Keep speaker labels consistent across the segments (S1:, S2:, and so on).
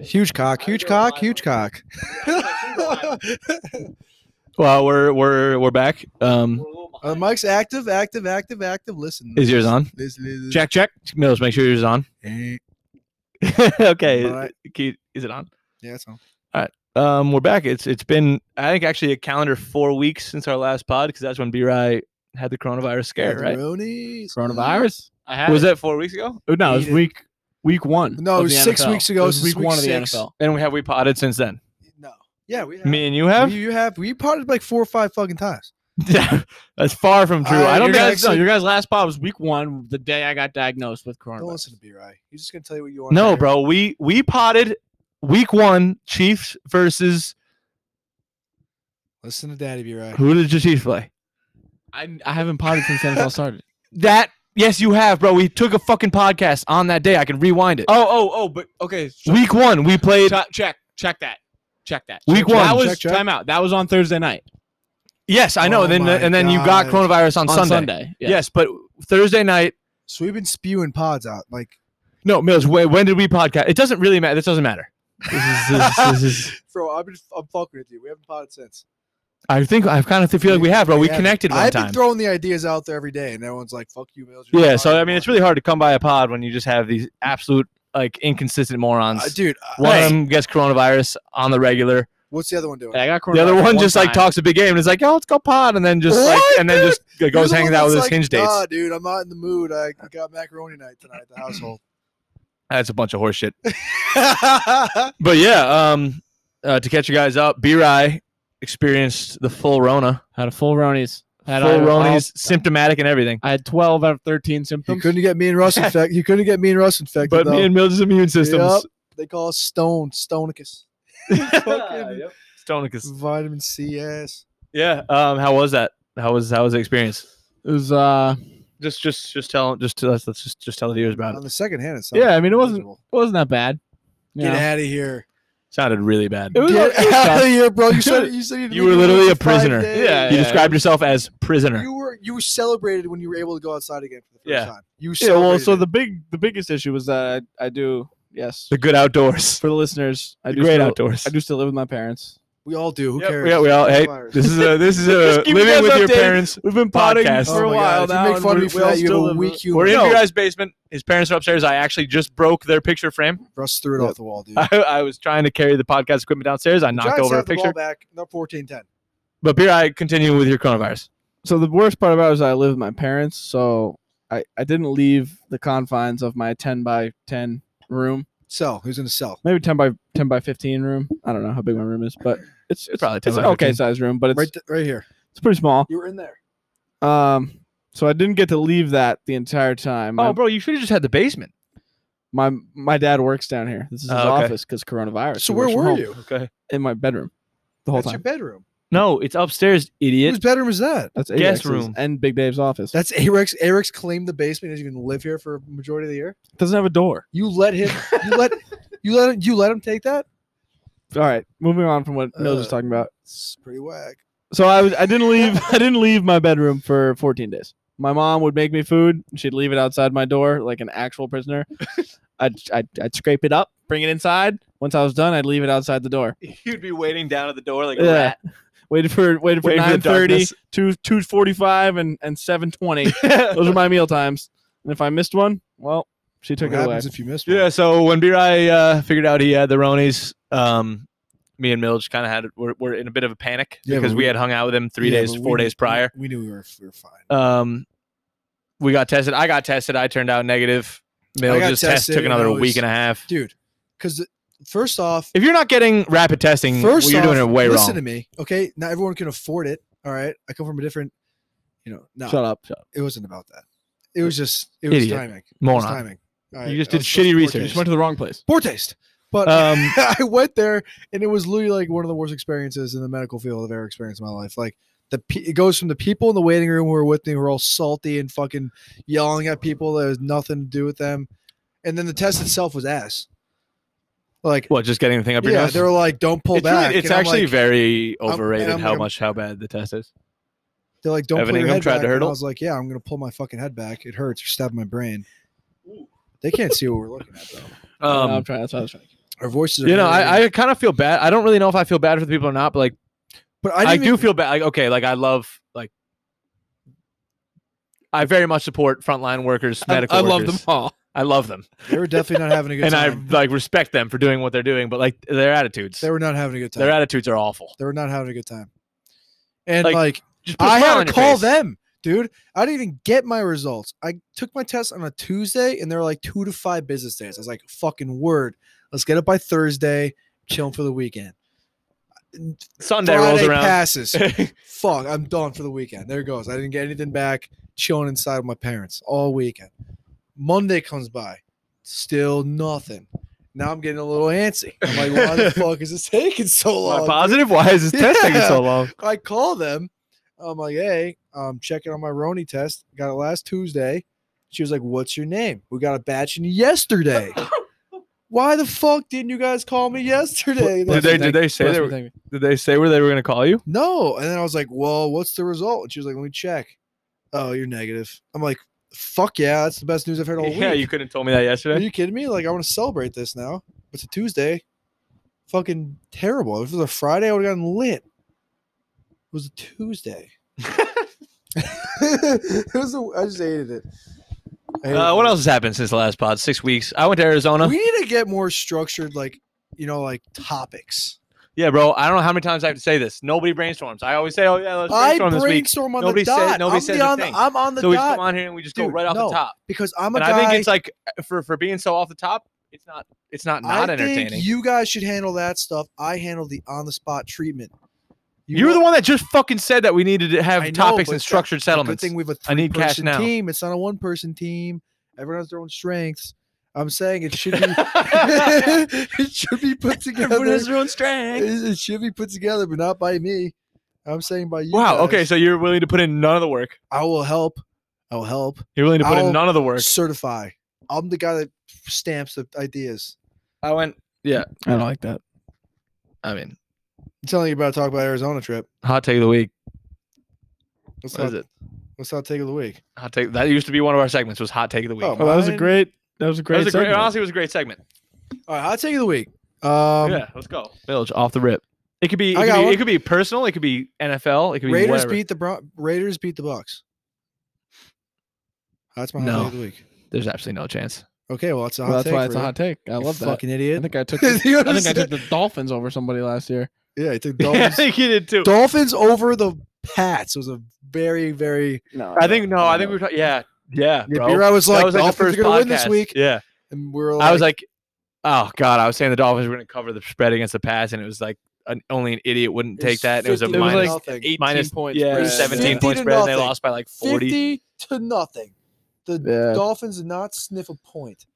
S1: Huge cock, huge cock, huge cock.
S2: Well, we're we're we're back. Um,
S1: Uh, Mike's active, active, active, active. Listen.
S2: is yours on?
S1: Listen, listen.
S2: Jack, check Mills. Make sure yours is on.
S1: Eh,
S2: okay,
S1: All right.
S2: Keith, is it on?
S1: Yeah, it's on.
S2: Um, we're back. It's it's been I think actually a calendar four weeks since our last pod because that's when B Rye had the coronavirus scare, right?
S1: Pepperonis.
S3: Coronavirus? I had
S2: Was
S3: it.
S2: that four weeks ago?
S3: Oh, No, it was
S1: Eat it.
S3: week week one.
S1: No, it
S3: of
S1: was
S3: the
S1: six
S3: NFL.
S1: weeks ago.
S3: It was
S1: This
S3: week
S1: is
S3: one
S1: week
S3: of the
S1: six.
S3: NFL.
S2: And we have we potted since then.
S1: No. Yeah, we have.
S2: Me and you
S1: You-
S2: have.
S1: you have. We potted like four or five fucking times.
S2: that's far from true.
S1: All right,
S2: I
S1: you're
S2: don't think
S3: Your guys,
S2: that's
S3: no,
S1: actually-
S3: your guys' last pod was week one, the day I got diagnosed with
S1: Don't
S3: coronavirus.
S1: listen to B. Right. He's just gonna tell you what you want. to
S2: no,
S1: hear.
S2: bro. We we potted week one Chiefs versus
S1: Listen to Daddy B. Right.
S2: who did the Chiefs play?
S3: I, I haven't potted since NFL started.
S2: That yes, you have, bro. We took a fucking podcast on that day. I can rewind it.
S3: Oh, oh, oh, but okay. so-
S2: Week one, we played.
S3: Check, check, check that. Check that.
S2: Week
S3: That
S2: one.
S3: was
S1: Check, check.
S3: timeout. That was on Thursday night.
S2: Yes, I know.
S1: Oh
S2: then
S1: my
S2: and then you got
S1: God.
S2: coronavirus on,
S3: On
S2: Sunday.
S3: Sunday.
S2: Yes. but Thursday night.
S1: So we've been spewing pods out. Like
S2: No, Mills. When, when did we podcast? It doesn't really matter. This doesn't matter. This is, this is, this is,
S1: Bro, I've been I'm fucking with you. We haven't potted since.
S2: I think I kind of feel like we have, bro. We
S1: haven't.
S2: connected one
S1: I've
S2: time.
S1: been throwing the ideas out there every day, and everyone's like, "Fuck you, Mills." you're
S2: yeah.
S1: not
S2: So
S1: potting,
S2: I mean, it's
S1: you're
S2: really hard to come by a pod when you just have these absolute like inconsistent
S1: not
S2: morons.
S1: potting." Uh, dude, uh,
S2: one
S1: hey,
S2: of them gets coronavirus on the regular.
S1: what's the other one doing?
S3: And I got coronavirus.
S2: The other one just like
S3: time.
S2: talks a big game and is like, "Oh, let's go pod," and then just like,
S1: What,
S2: and then
S1: dude?
S2: just goes
S1: You're the
S2: hanging
S1: one
S2: out with
S1: that's
S2: his
S1: like,
S2: hinge dates.
S1: Nah, dude, I'm not in the mood. I got macaroni night tonight at the household.
S2: That's a bunch of horseshit. But yeah, um, uh, to catch you guys up, B-Rye experienced the full Rona,
S3: Had a full Ronies. Had
S2: full
S3: all-
S2: Ronies, symptomatic and everything.
S3: all- I had 12 out of 13
S1: you
S3: symptoms.
S1: couldn't get me and Russ infected. You couldn't get me and Russ infected.
S2: But
S1: though.
S2: me and Mills' immune systems.
S1: they call us stone, stonicus, Fucking
S2: Stonicus.
S1: vitamin C ass.
S2: Yeah. Um, how was that? How was how was the experience?
S3: It was, uh,
S2: Just just just tell just tell us let's just just tell the viewers about
S1: On
S2: it.
S1: the second hand, it sounds
S3: yeah, I mean, it wasn't,
S1: miserable.
S3: it wasn't that bad. You
S1: Get
S3: know.
S1: out of here!
S2: Sounded really bad.
S3: It was-
S1: Get
S3: it was
S1: out of
S3: tough.
S1: here, bro! You said you said
S2: You were literally a prisoner.
S3: Yeah,
S2: you
S3: yeah.
S2: described yourself as prisoner.
S1: You were you were celebrated when you were able to go outside again for the first
S2: Yeah.
S1: time. You
S3: Yeah, well, so
S1: celebrated
S3: the big, the biggest issue was that I, I do, yes,
S2: The good outdoors.
S3: for the listeners, I
S2: The
S3: do
S2: great
S3: still,
S2: outdoors.
S3: I do still live with my parents.
S1: it. we all do. Who
S2: Yep,
S1: cares?
S2: Yeah, we all hey
S1: Coronavirus.
S2: this is a this is a
S3: Just keep you
S2: living
S3: guys
S2: with your
S3: updated.
S2: parents.
S3: We've been
S2: potting
S3: potting
S2: Podcast.
S3: for
S1: Oh
S3: a
S1: my
S3: while
S1: God,
S3: now.
S1: If you make fun of me for that, you have a weak humor.
S2: We're in
S1: No,
S2: your guys' basement. His parents are upstairs. I actually just broke their picture frame.
S1: Russ threw it
S2: Yep.
S1: off the wall, dude.
S2: I, I was trying to carry the podcast equipment downstairs. I knocked
S1: Giants
S2: over a
S1: have the ball
S2: picture.
S1: back. No, fourteen ten.
S2: But here I continue with your coronavirus.
S3: so the worst part about it is I live with my parents, so I, I didn't leave the confines of my ten by ten room.
S1: Cell. Who's in a cell?
S3: Maybe ten by ten by fifteen room. I don't know how big my room is, but it's it's,
S2: Probably
S3: probably
S2: 10
S3: it's
S2: by
S3: an okay
S2: 15.
S3: sized room, but it's
S1: Right, th- right here.
S3: it's pretty small.
S1: You were in there.
S3: Um, so I didn't get to leave that the entire time.
S2: Oh, bro, you should have just had the basement.
S3: my, my my dad works down here. This is his
S2: Oh, okay.
S3: office because coronavirus.
S1: So
S3: He
S1: where
S3: works from
S1: were
S3: home.
S1: you?
S2: Okay.
S3: In my bedroom, the whole
S1: That's your
S3: time.
S1: bedroom.
S2: No, it's upstairs,
S1: Whose
S2: idiot.
S1: bedroom is that?
S3: That's
S2: guest
S3: Eric's
S2: room.
S3: and Big Dave's office.
S1: That's Eric's. Eric's claimed the basement. He's going to live here for a majority of the year.
S3: doesn't have a door.
S1: You let him. You let. You let him. You let him take that.
S3: All right, moving on from what Mills was
S1: Uh,
S3: talking about.
S1: It's pretty whack.
S3: So I was I didn't leave I didn't leave my bedroom for 14 days. My mom would make me food. and She'd leave it outside my door like an actual prisoner. I'd, I'd, I'd scrape it up, bring it inside. Once I was done, I'd leave it outside the door.
S2: You'd be waiting down at the door like
S3: a Yeah. rat. Waited for waited for
S2: Waited for the
S3: 9:30,
S2: darkness.
S3: 2 2:45 and and 7:20. Those are my meal times. And if I missed one, well, she took
S1: what
S3: it away.
S1: happens if you miss? One?
S2: yeah, so when B-Rai uh, figured out he had the Ronies, um, me and Milge kind of had were, were in a bit of a panic
S1: Yeah, but
S2: because we,
S1: we-
S2: had hung out with him three
S1: Yeah,
S2: days,
S1: but
S2: four
S1: we-
S2: days prior.
S1: We knew we were, we were fine.
S2: Um, we got tested. I got tested. I turned out negative. Milge
S1: got
S2: just test
S1: tested
S2: took
S1: and I
S2: another
S1: was-
S2: week and a half.
S1: dude. Because first off,
S2: If you're not getting rapid testing,
S1: first
S2: well, you're doing
S1: off,
S2: it way
S1: listen
S2: wrong.
S1: to me, okay? Not everyone can afford it. All right, I come from a different. You know, no,
S3: Shut up. Shut up.
S1: it wasn't about that. It was just it was
S2: Idiot.
S1: timing. It was
S2: Moron.
S1: timing. All right,
S2: You just
S1: I
S2: did
S1: was-
S2: shitty
S1: poor
S2: research.
S1: taste.
S3: Just went to the wrong place.
S1: Poor taste. But
S2: Um,
S1: I went there and it was literally like one of the worst experiences in the medical field I've ever experienced in my life. Like the pe- it goes from the people in the waiting room who were with me who were all salty and fucking yelling at people that has nothing to do with them, and then the test itself was ass. Like
S2: What, just getting the thing up your
S1: yeah,
S2: nose?
S1: they were like, "Don't pull
S2: it's really-
S1: back."
S2: it's
S1: And I'm
S2: actually
S1: like-
S2: very
S1: and
S2: overrated
S1: I'm
S2: how
S1: like, I'm-
S2: much how bad the test is.
S1: They're like, "Don't
S2: Evan
S1: pull your
S2: Ingham
S1: head
S2: tried to
S1: back." And I
S2: hurdle.
S1: was like, "Yeah, I'm gonna pull my fucking head back. It hurts. Or stab my brain." They can't see what we're looking at though.
S3: I don't know,
S2: Um,
S3: I'm trying. That's what I was trying.
S1: Our voices are.
S2: You know,
S1: very-
S2: I, I kind of feel bad. I don't really know if I feel bad for the people or not, but like
S1: but I,
S2: I,
S1: didn't
S2: do
S1: even-
S2: feel bad. Like okay, like I love like I very much support frontline workers, medical
S3: I, I love them
S2: workers.
S3: all.
S2: I love them,
S1: They were definitely not having a good
S2: and
S1: time.
S2: I like respect them for doing what they're doing. But like their attitudes,
S1: they were not having a good time.
S2: their attitudes are awful.
S1: they were not having a good time. And
S2: Like,
S1: like
S2: Just put a
S1: I
S2: smile on
S1: had to
S2: your
S1: call
S2: face.
S1: them, dude. I didn't even get my results. I took my test on a Tuesday, and they're like two to five business days. I was like, "Fucking word, let's get it by Thursday, chilling for the weekend."
S2: Sunday rolls
S1: Friday
S2: around.
S1: passes. Fuck, I'm done for the weekend. There it goes. I didn't get anything back. Chilling inside with my parents all weekend. Monday comes by, still nothing. Now I'm getting a little antsy. I'm like, why the fuck is this taking so
S2: Am I
S1: long?
S2: positive? Why is this test taking so long?
S1: I call them. I'm like, hey, I'm checking on my Roni test. Got it last Tuesday. She was like, what's your name? We got a batch in yesterday. Why the fuck didn't you guys call me yesterday?
S2: Did they did they say they were, did they say where they were going to call you?
S1: No. And then I was like, well, what's the result? And she was like, let me check. Oh, you're negative. I'm like, fuck yeah, that's the best news I've heard all
S2: yeah,
S1: week.
S2: you couldn't have told me that
S1: Are
S2: yesterday.
S1: you kidding me? Like, I want to celebrate this now. It's a Tuesday. Fucking terrible. If it was a Friday, I would have gotten lit. It was a Tuesday. it was. A, I just hated it. I hated
S2: Uh, what
S1: it.
S2: else has happened since the last pod? Six weeks. I went to Arizona.
S1: We need to get more structured, like you know, like topics.
S2: Yeah, bro. I don't know how many times I have to say this. Nobody brainstorms. I always say, "Oh yeah, let's
S1: I
S2: brainstorm this week."
S1: brainstorm on
S2: Nobody
S1: the
S2: said-
S1: dot.
S2: nobody
S1: I'm,
S2: said
S1: the
S2: the
S1: on
S2: thing.
S1: I'm on the
S2: So we just
S1: dot
S2: come on here and we just go
S1: Dude,
S2: right off
S1: no.
S2: the top.
S1: because I'm a
S2: And
S1: guy.
S2: I think it's like for for being so off the top, it's not it's not not
S1: I think
S2: entertaining.
S1: you guys should handle that stuff. I handle the on the spot treatment.
S2: You, were the one that just fucking said that we needed to
S1: I
S2: have
S1: know,
S2: topics
S1: but
S2: and
S1: it's got-
S2: structured
S1: Good
S2: settlements.
S1: thing we have a
S2: I need cash
S1: three-person
S2: now.
S1: team. It's not a one-person team. Everyone has their own strengths. I'm saying it should be. it should be put together. It,
S2: their own strength.
S1: it should be put together, but not by me. I'm saying by you.
S2: Wow. Okay,
S1: guys.
S2: so you're willing to put in none of the work.
S1: I will help. I will help.
S2: You're willing to put
S1: I'll
S2: in none of the work.
S1: Certify. I'm the guy that stamps the ideas.
S2: I went. Yeah.
S3: I don't like that.
S2: I mean,
S1: I'm telling you about talk about Arizona trip.
S2: hot take of the week.
S1: Let's
S2: What is
S1: not,
S2: it?
S1: let's not take of the week.
S2: Hot take. That used to be one of our segments. Was hot take of the week.
S1: Oh,
S3: Oh, that was a
S1: Mine-
S3: great. That was a great.
S2: that was a great.
S3: segment.
S2: Honestly, it was a great segment.
S1: All right, I'll take of the week. Um,
S2: yeah, let's go. Village off the rip. It could be. It,
S1: I
S2: could
S1: got
S2: be,
S1: one.
S2: it could be personal. It could be NFL. It could be
S1: Raiders
S2: whatever.
S1: beat the Bron- Raiders beat the Bucks. That's my hot
S2: No.
S1: take of the week.
S2: There's absolutely no chance.
S1: Okay, well it's a hot
S3: Well, that's
S1: take.
S3: why it's a
S1: Rudy.
S3: hot take. I
S1: You
S3: love that.
S1: Fucking
S3: I
S1: idiot.
S3: think I took.
S1: You
S3: The, I think I
S1: understand?
S3: took the Dolphins over somebody last year.
S1: yeah, I took
S2: I
S1: Dolphins.
S2: think you did too.
S1: Dolphins over the Pats was a very very.
S3: No,
S2: I think no. I think we were. Talk- yeah,
S1: Yeah,
S2: yeah, bro.
S1: B-Rod was like,
S2: that was like the
S1: Dolphins
S2: first
S1: are gonna win this
S2: podcast.
S1: week,
S2: Yeah,
S1: and we are
S2: I was like, oh god, I was saying the Dolphins were going to cover the spread against the pass, and it was like an, only an idiot wouldn't
S1: It
S2: take
S1: was
S2: that. And it was a
S1: 50
S3: It was
S2: minus-
S3: like
S1: nothing.
S3: 18
S2: minus-
S3: points.
S2: yeah,
S1: spread.
S2: it was
S1: Yeah.
S2: seventeen
S1: 50
S2: point
S1: to
S2: spread, and they
S1: nothing.
S2: lost by like forty.
S1: fifty to nothing. The
S3: Yeah.
S1: Dolphins did not sniff a point.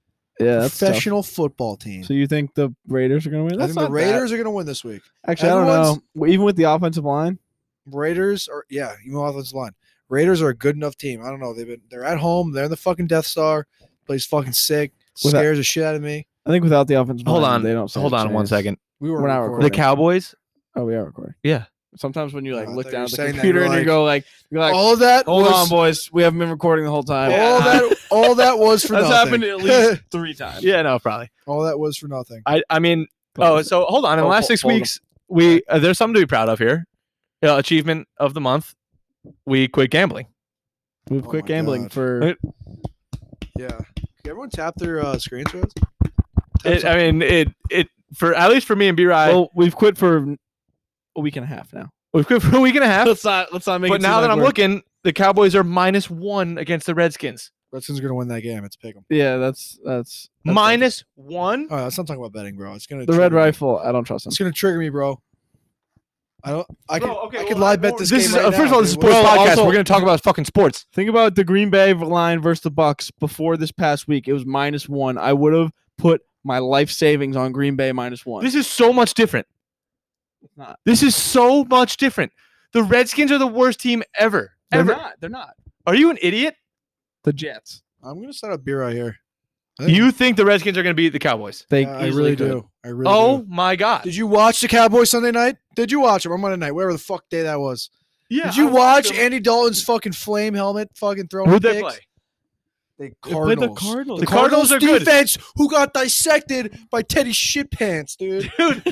S3: Yeah, that's tough.
S1: Professional football team.
S3: So you think the Raiders are going to win?
S1: I
S3: That's
S1: think the
S3: not bad.
S1: Raiders are gonna win this week.
S3: Actually, I don't
S1: Everyone's-
S3: know. Well, Even with the offensive line,
S1: Raiders are yeah, even offensive line. Raiders are a good enough team. I don't know. They've been they're at home. They're in the fucking Death Star. Plays fucking sick.
S3: Was that-
S1: Scares the shit out of me.
S3: I think without the offensive
S2: Hold
S3: line,
S2: on,
S3: they don't. stand
S2: Hold
S3: a
S2: on one
S3: chance.
S2: second.
S1: We
S3: We're not
S1: recording.
S2: The
S3: recording.
S2: Cowboys.
S3: Oh, we are recording.
S2: Yeah.
S3: Sometimes when you like
S1: Oh, I
S3: look
S1: thought you
S3: down
S1: were
S3: at the
S1: saying that,
S3: computer
S1: you're
S3: and you
S1: like-
S3: go like, you're like,
S1: all that
S3: hold
S1: was,
S3: on, boys, we haven't been recording the whole time.
S1: all that all that was for
S3: That's
S1: nothing.
S3: happened at least three times.
S2: Yeah, no, probably.
S1: all that was for nothing.
S2: I, I mean, oh, so hold on. In the
S3: Hold-
S2: last six
S3: hold 'em.
S2: weeks, we uh, there's something to be proud of here. Uh, achievement of the month. We quit gambling.
S3: we've
S1: Oh
S3: quit
S1: my
S3: gambling
S1: God.
S3: for.
S2: It-
S1: Yeah. Can everyone tap their uh, screens for us? Tap
S2: It,
S1: some-
S2: I mean, it it for at least for me and B Ride,
S3: Well, we've quit for a week and a half now.
S2: we've quit for a week and a half.
S3: Let's not. Let's not make.
S2: But now that I'm looking, the Cowboys are minus one against the Redskins.
S1: Redskins are gonna win that game. It's pick 'em.
S3: yeah, that's that's, that's
S2: Minus one.
S1: All right, let's not talk about betting, bro. It's gonna
S3: the red
S1: trigger me.
S3: rifle. I don't trust him.
S1: It's gonna trigger me, bro. I don't. I could.
S2: Bro, okay,
S1: I could
S2: well,
S1: lie
S2: I
S1: bet
S2: won't-
S1: this,
S2: This
S1: game.
S2: is
S1: right
S2: uh,
S1: now,
S2: first of all, this
S1: dude.
S2: is a
S1: What
S2: sports
S1: the
S3: Well,
S1: fuck?
S2: podcast.
S3: also-
S2: We're going to talk about fucking sports.
S3: Think about the Green Bay line versus the Bucks before this past week. It was minus one. I would have put my life savings on Green Bay minus one.
S2: This is so much different.
S3: It's not.
S2: This is so much different. The Redskins are the worst team ever.
S3: They're
S2: ever.
S3: not. They're not.
S2: Are you an idiot?
S3: The Jets.
S1: I'm gonna set up beer right here. I think-
S2: You think the Redskins are going to beat the Cowboys?
S3: They
S1: Yeah, I
S3: easily
S1: really
S3: could.
S1: do. I really.
S2: Oh
S1: do.
S2: my God.
S1: Did you watch the Cowboys Sunday night? Did you watch them on Monday night, whatever the fuck day that was?
S2: yeah,
S1: Did you
S2: I
S1: watch
S2: them.
S1: Andy Dalton's fucking flame helmet fucking throwing
S2: Who'd they
S1: picks?
S2: play?
S1: They
S3: They played
S1: Cardinals.
S3: the Cardinals.
S2: The Cardinals are good.
S1: defense who got dissected by Teddy Shitpants, dude.
S2: Dude,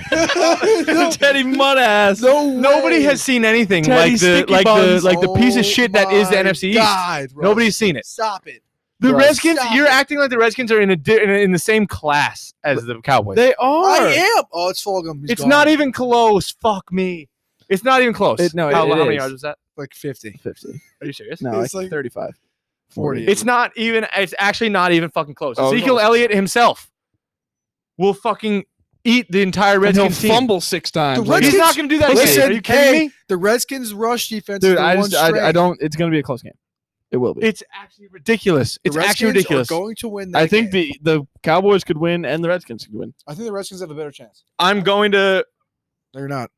S1: no,
S3: Teddy Mudass.
S1: no way.
S2: nobody has seen anything
S3: Teddy
S2: like the
S3: Sticky
S2: like
S3: Buns.
S2: the like the piece
S1: Oh
S2: of shit that is the
S1: my
S2: NFC East.
S1: God, Russ.
S2: Nobody's seen it.
S1: Stop it.
S2: The
S3: Russ,
S2: Redskins.
S1: stop
S2: You're
S1: it.
S2: acting like the Redskins are in a di- in, a, in the same class as the Cowboys.
S3: They are.
S1: I am. Oh, it's Fulgham. He's
S2: it's
S1: gone.
S2: not even close. Fuck me. It's not even close.
S3: It- no, it-
S2: how,
S3: it
S2: how many
S3: is.
S2: yards was that?
S1: like 50,
S3: 50.
S2: Are you serious?
S3: No,
S1: It's
S3: it's
S1: like-
S3: like 35.
S1: 40.
S2: It's not even. It's actually not even fucking close.
S3: Oh,
S2: Ezekiel
S3: no.
S2: Elliott himself will fucking eat the entire
S3: And he'll
S2: Redskins team.
S3: fumble six times.
S1: The Redskins-
S2: He's not going to do that.
S1: Listen,
S2: shit. Are you kidding
S1: hey,
S2: me?
S1: the Redskins' rush defense. is
S3: dude,
S1: the
S3: I
S1: one
S3: just, I, I
S1: strength.
S3: don't. It's going to be a close game. It will be.
S2: It's actually ridiculous.
S1: The
S2: It's actually
S1: Redskins
S2: ridiculous.
S1: Are going to win. That
S3: I think
S1: game.
S3: the the Cowboys could win and the Redskins could win.
S1: I think the Redskins have a better chance.
S2: I'm going to
S1: They're not.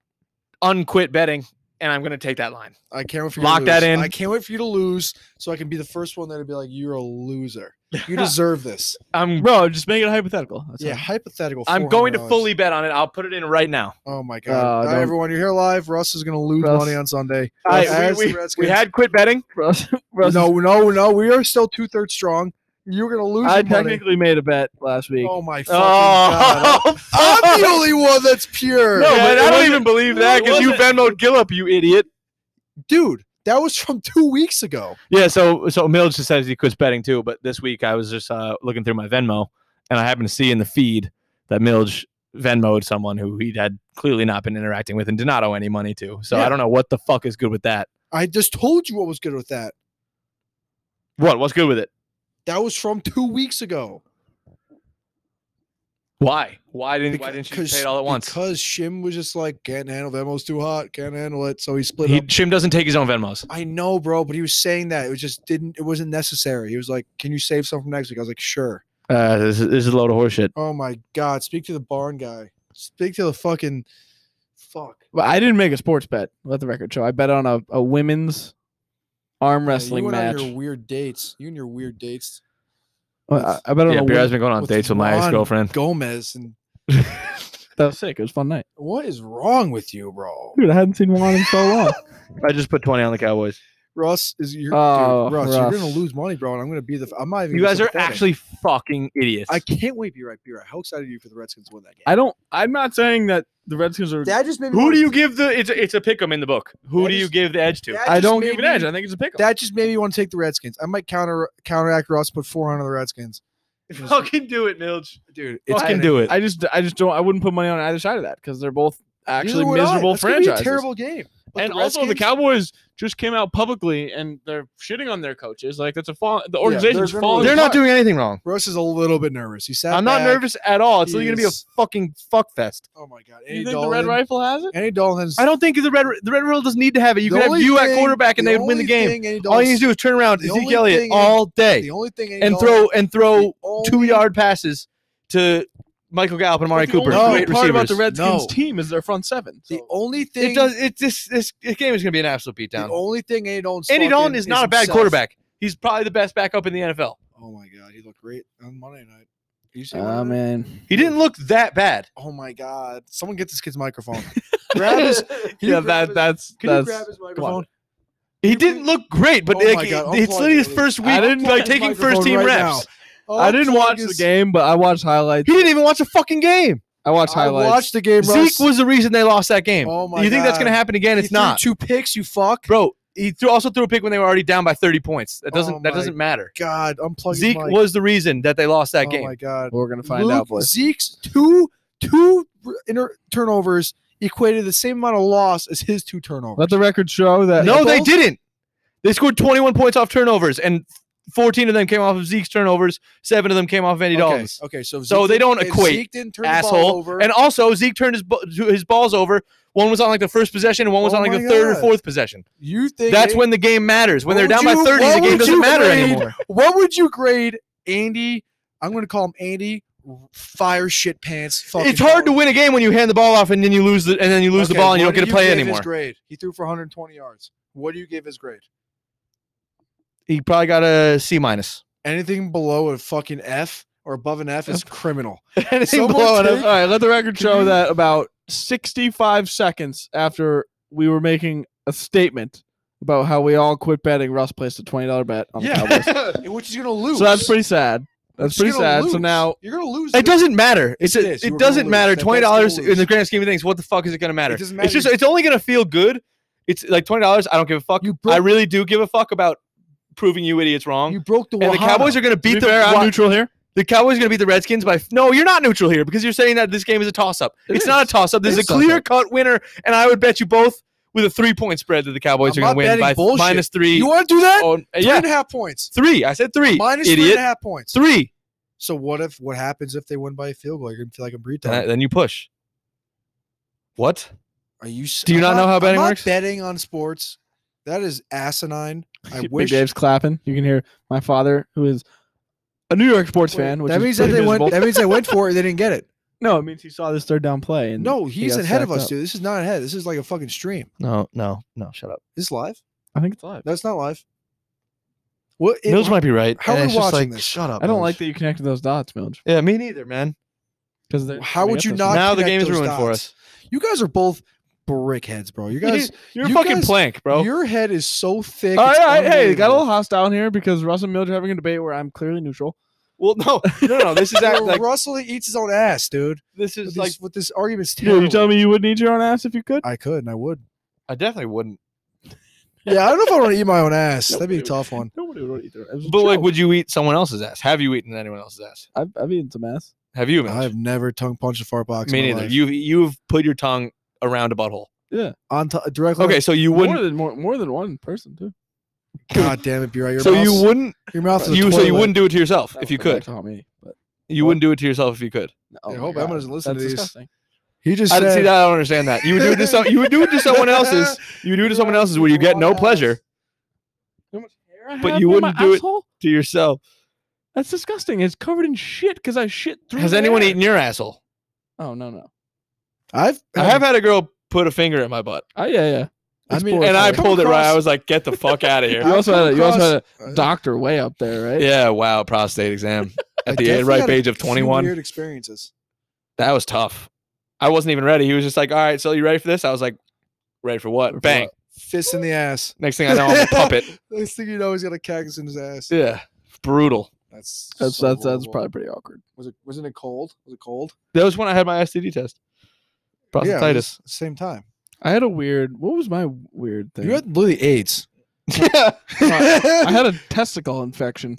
S2: unquit betting, and I'm going to take that line.
S1: I can't wait for you
S2: Lock
S1: to
S2: that
S1: lose.
S2: in.
S1: I can't wait for you to lose, so I can be the first one there to be like, "You're a loser. You deserve this."
S2: I'm
S3: Bro, just make it hypothetical. That's
S1: yeah,
S3: all.
S1: hypothetical.
S2: I'm going to
S1: $400.
S2: fully bet on it. I'll put it in right now.
S1: Oh my god!
S3: Uh,
S1: All right,
S3: don't-
S1: everyone, you're here live. Russ is going to lose
S3: Russ-
S1: money on Sunday.
S2: All right,
S1: As
S2: we-
S1: the
S2: We
S1: Redskins-
S2: had quit betting.
S3: Russ, Russ,
S1: no, no, no. We are still two thirds strong. You're going to lose
S3: I
S1: your money.
S3: technically made a bet last week.
S1: Oh my fucking god! I'm, I'm the only one that's pure.
S2: Oh, no,
S3: Yeah,
S2: but
S3: it
S2: I don't
S3: wasn't-
S2: even believe that
S3: it
S2: because you
S3: wasn't-
S2: Venmo Gillup, you idiot.
S1: dude, that was from two weeks ago.
S2: Yeah, so so Mill just says he quits betting too, but this week I was just uh, looking through my Venmo and I happened to see in the feed that Milge Venmoed someone who he had clearly not been interacting with and did not owe any money to. So
S1: Yeah.
S2: I don't know what the fuck is good with that.
S1: I just told you what was good with that.
S2: What? What's good with it?
S1: That was from two weeks ago.
S2: Why? Why didn't Why didn't you
S1: Because-
S2: pay it all at once?
S1: Because Shim was just like, can't handle Venmo's too hot, can't handle it. So he split
S2: He,
S1: up.
S2: Shim doesn't take his own Venmos.
S1: I know, bro, but he was saying that. It was just didn't it wasn't necessary. He was like, Can you save some for next week? I was like, sure.
S2: Uh, this, is, this is a load of horseshit.
S1: Oh my god. Speak to the barn guy. Speak to the fucking fuck.
S3: Well, I didn't make a sports bet. Let the record show. I bet on a, a women's arm
S1: Yeah,
S3: wrestling
S1: you went
S3: match.
S1: On your weird dates. You and your weird dates.
S3: Well, I, I bet on
S2: Yeah,
S3: a
S2: beer has
S3: women.
S2: been going on
S1: with
S2: dates with my
S1: Ron
S2: ex girlfriend.
S1: Gomez and
S3: That was sick. It was a fun night.
S1: what is wrong with you, bro?
S3: Dude, I hadn't seen one in so long.
S2: I just put twenty on the Cowboys.
S1: Russ is your
S3: Oh,
S1: dude, Russ, You're gonna
S3: Russ.
S1: lose money, bro. And I'm gonna be the. f- I'm not even.
S2: You
S1: gonna be
S2: guys are
S1: sympathetic.
S2: actually fucking idiots.
S1: I can't wait, be right, be right. How excited are you for the Redskins to win that game?
S3: I don't. I'm not saying that the Redskins are.
S1: that just made me
S2: Who
S1: wanna-
S2: do you give the? It's a, it's a pick 'em in the book. Who
S1: That
S2: do
S1: is-
S2: you give the edge to?
S1: that
S3: I
S1: just
S3: don't
S1: made
S3: give an
S1: me-
S3: edge. I think it's a pick. 'em.
S1: That just made me want to take the Redskins. I might counter counteract Russ, put 400 on the Redskins.
S2: Fucking do it, Milge.
S1: Dude,
S3: Go
S1: it's
S3: ahead.
S1: gonna
S2: do it.
S3: I just. I just don't. I wouldn't put money on either side of that because they're both actually
S1: Neither would I.
S3: miserable
S1: That's gonna be
S3: franchises.
S1: a terrible game. But
S3: and also, the
S1: Redskins-
S3: Cowboys just came out publicly and they're shitting on their coaches. Like that's a fall. The organization's
S1: gonna
S3: falling.
S1: lose.
S2: They're
S1: They're
S2: not
S1: not
S2: doing anything wrong.
S1: Russ is a little bit nervous. He sat.
S2: I'm not
S1: back.
S2: nervous at all. It's going to be a
S1: He's-
S2: fucking fuck fest.
S1: Oh my god.
S3: Do
S1: Andy
S3: you think
S1: Dalton,
S3: the Red Rifle has it?
S1: Andy Dalton's.
S2: I don't think the red the red rule doesn't need to have it. You
S1: the
S2: can have
S1: only
S2: you at
S1: thing-
S2: quarterback and
S1: the
S2: they win the
S1: only
S2: game.
S1: thing Andy
S2: All you
S1: Dalton's-
S2: need to do is turn around
S1: the
S2: Ezekiel
S1: only
S2: Elliott
S1: thing-
S2: all
S1: The
S2: day
S1: only thing Andy
S2: and
S1: Dalton-
S2: throw and throw
S1: the only-
S2: two yard passes to Michael Gallup and Amari
S3: But the
S2: Cooper.
S3: only
S1: No,
S3: great
S2: Great
S3: part about the
S2: receivers.
S3: Redskins
S1: No.
S3: team is their front seven.
S1: The
S3: so-
S1: only thing.
S2: It does. It's this, this. This game is going to be an absolute
S1: The
S2: beatdown.
S1: only thing Andy Dalton's.
S2: Andy Dalton
S1: fucking
S2: is not a bad
S1: himself.
S2: quarterback. He's probably the best backup in the NFL.
S1: Oh my god, he looked great on Monday night. You see
S3: Ah, man.
S2: He didn't look that bad.
S1: Oh my god! Someone get this kid's microphone. grab his. Can you
S3: yeah,
S1: grab
S3: that
S1: his-
S3: that's
S1: Can you
S3: that's.
S1: grab his microphone? Can
S2: He
S1: you
S2: didn't look great, but
S1: Oh my
S2: like,
S1: God,
S2: it's
S1: unplug
S2: literally
S1: it,
S2: his
S1: Lee.
S2: first week
S3: I didn't
S2: like
S1: Unplug his
S2: taking first
S1: microphone
S2: team
S1: right
S2: reps.
S1: now. Oh
S3: I didn't
S1: Unplug
S3: watch the
S1: his-
S3: game, but I watched highlights.
S2: He didn't even watch a fucking game.
S3: I watched
S1: I
S3: highlights.
S1: watched the game. Russ.
S2: Zeke was the reason they lost that game.
S1: Oh my
S2: you think that's going to
S1: God.
S2: happen again?
S1: He
S2: It's
S1: threw
S2: not,
S1: Two picks, you fuck.
S2: bro. He threw, also threw a pick when they were already down by 30 points. That doesn't
S1: Oh
S2: that
S1: my
S2: doesn't matter.
S1: God, unplug his
S2: Zeke
S1: mic.
S2: was the reason that they lost that
S1: oh
S2: game.
S1: my god.
S3: We're gonna find
S1: Luke-
S3: out, boys.
S1: Zeke's two two r- inter- turnovers equated the same amount of loss as his two turnovers.
S3: Let the record show that.
S2: no, they
S1: both-
S2: didn't. They scored 21 points off turnovers, and 14 of them came off of Zeke's turnovers. Seven of them came off of Andy
S1: okay,
S2: Dalton's.
S1: okay, so if
S2: So
S1: Zeke
S2: they
S1: didn't-
S2: don't
S1: if
S2: equate,
S1: Zeke didn't turn The
S2: asshole.
S1: ball over,
S2: And also, Zeke turned his bu- his balls over. One was on like the first possession, and one was
S1: Oh
S2: on like
S1: my
S2: the third or
S1: God.
S2: fourth possession.
S1: you think
S2: That's when the game matters. When
S1: What
S2: they're
S1: would
S2: down by
S1: you-
S2: 30,
S1: what
S2: the game
S1: would
S2: doesn't
S1: you
S2: matter
S1: grade-
S2: anymore.
S1: What would you grade Andy? I'm going to call him Andy Fire Shit Pants. Fucking
S2: It's hard to win a game when you hand the ball off and then you lose the and then you lose the ball and you don't get to play
S1: His
S2: anymore.
S1: grade. He threw for 120 yards. What do you give his grade?
S2: He probably got a C minus.
S1: Anything below a fucking F or above an F is criminal.
S2: Anything
S1: Someone
S2: below
S1: take-
S2: it,
S3: All right, let the record
S1: Can
S3: show
S1: you-
S3: that about 65 seconds after we were making a statement about how we all quit betting. Russ placed a twenty dollar bet on the Cowboys.
S1: which is gonna lose.
S3: So that's pretty sad. That's
S1: You're
S3: pretty
S1: just gonna
S3: sad. So
S1: lose.
S3: now
S1: you're gonna lose.
S2: It doesn't matter. It's
S1: Yes,
S2: a-
S1: it is. You
S2: it
S1: were gonna
S2: doesn't
S1: lose.
S2: matter.
S1: That-
S2: Twenty
S1: that's
S2: dollars
S1: gonna
S2: in the
S1: lose.
S2: grand scheme of things, what the fuck is it gonna matter?
S1: It doesn't matter.
S2: It's just it's only gonna feel good. It's like twenty dollars. I don't give a fuck.
S1: You broke-
S2: I really do give a fuck about proving you idiots wrong.
S1: You broke the.
S2: and the Cowboys are gonna beat
S3: to be
S2: the
S3: fair, I'm
S2: Wa-
S3: neutral here.
S2: the Cowboys are gonna beat the Redskins by no. You're not neutral here because you're saying that this game is a toss up.
S3: It
S2: it's
S3: is.
S2: not a toss up. There's
S3: It
S2: a
S3: is a toss-up.
S2: clear cut winner, and I would bet you both with a three point spread that the Cowboys
S1: I'm not
S2: are gonna win
S1: betting
S2: by
S1: bullshit.
S2: minus three.
S1: You want to do that?
S2: Oh,
S1: Three
S2: yeah,
S1: and a half points.
S2: three. I said three.
S1: Minus three and a
S2: idiot.
S1: half points.
S2: Three.
S1: So what if what happens if they win by a field goal? You're gonna feel like a burrito.
S2: Then then you push. What?
S1: Are you? s-
S2: Do you
S1: I'm
S2: not know how
S1: I'm
S2: betting
S1: not
S2: works?
S1: Betting on sports, that is asinine. I
S3: Big
S1: wish.
S3: Dave's clapping. You can hear my father, who is a New York sports fan. Which
S1: that
S3: is
S1: means that
S3: pretty
S1: they went.
S3: miserable.
S1: That means they went for it. They didn't get it.
S3: No, it means he saw this third down play. And
S1: No,
S3: he
S1: he's
S3: got
S1: ahead of
S3: stacked
S1: us,
S3: up.
S1: dude. This is not ahead. This is like a fucking stream.
S2: No, no, no. Shut up.
S1: This is live.
S3: I think it's live.
S1: That's not live. What? it-
S2: Mills might be right.
S1: how
S2: and
S1: are we
S2: it's just
S1: watching
S2: like,
S1: this?
S2: Shut up.
S3: I don't
S2: Mills.
S3: like that you connected those dots, Milge.
S2: Yeah, me neither, man.
S3: Because
S1: How would you not?
S2: now the
S1: connect
S2: game is
S1: those
S2: ruined for
S1: dots.
S2: us.
S1: You guys are both brickheads, bro. You guys,
S2: You're a
S1: you
S2: fucking
S1: guys-
S2: plank, bro.
S1: your head is so thick.
S3: All right,
S1: it's
S3: all right, hey, got a
S1: unbelievable.
S3: little hostile in here because Russ and Milge are having a debate where I'm clearly neutral.
S2: Well, no, no, no. This is act-
S1: Yo,
S2: like
S1: Russell eats his own ass, dude.
S2: this
S1: With
S2: is
S1: this,
S2: like
S1: with this argument's
S3: Dude,
S1: terrible.
S3: you telling me you would need your own ass if you could?
S1: I could and I would.
S2: I definitely wouldn't.
S1: Yeah, I don't know if I want to eat my own ass. That'd be a
S3: Nobody
S1: tough one.
S3: Nobody would eat their ass.
S2: But like, would you eat someone else's ass? Have you eaten anyone else's ass?
S3: I've, I've eaten some ass.
S2: Have you? Mitch?
S1: I've never tongue punched a fart box.
S2: me
S1: in my
S2: neither.
S1: life.
S2: You've you've put your tongue around a butthole.
S1: on t- directly.
S2: Okay, so you
S3: More
S2: wouldn't.
S3: than more, more than one person too.
S1: God damn it, be right. Your
S2: So you
S1: mouth's-
S2: wouldn't.
S1: Your mouth is a
S2: You so you
S1: toilet.
S2: wouldn't do it to yourself
S3: That
S2: if you
S3: would come back
S2: could.
S3: to haunt me, but
S2: You wouldn't do it to yourself if you could.
S3: oh
S1: I
S3: my
S1: hope
S3: God,
S1: Emma doesn't listen to
S3: that's
S1: these.
S3: disgusting.
S1: He just
S2: I didn't see
S1: said-
S2: that. I don't understand that. You would do it to some, You would do it to someone else's. You do it to someone else's where you get no pleasure
S3: How much hair I
S2: But
S3: have
S2: you
S3: on
S2: wouldn't
S3: my
S2: do it-
S3: asshole?
S2: to yourself.
S3: That's disgusting. It's covered in shit because I shit through.
S2: Has
S3: the
S2: anyone
S3: hair.
S2: eaten your asshole?
S3: Oh no no.
S1: I've.
S2: I have had a girl put a finger in my butt,
S3: Oh yeah yeah.
S1: I
S3: It's
S1: mean,
S3: boring.
S2: and I
S1: Come
S2: pulled it right. I
S1: across-
S2: was like, "Get the fuck out of
S3: You
S2: here!"
S1: I've
S3: also had a, you also had a
S1: Uh,
S3: doctor way up there, right?
S2: yeah, wow, prostate exam
S1: I
S2: at the
S1: definitely
S2: ripe
S1: had a
S2: age of
S1: few
S2: twenty-one.
S1: Weird experiences.
S2: That was tough. I wasn't even ready. He was just like, "All right, so you ready for this?" I was like, "Ready for what?"
S3: Ready for
S2: Bang!
S3: what?
S1: Fist in the ass.
S2: Next thing I know, I'm a puppet.
S1: Next thing you know, he's got a cactus in his ass.
S2: Yeah, brutal.
S1: That's
S3: That's
S1: so
S3: that's that's
S1: horrible.
S3: probably pretty awkward.
S1: was it wasn't it cold? Was it cold?
S2: That was when I had my STD
S1: Yeah,
S2: test.
S1: it was
S2: Prostatitis.
S1: the same time.
S3: I had a weird. What was my weird thing?
S1: You had literally AIDS.
S2: Yeah.
S3: I had a testicle infection.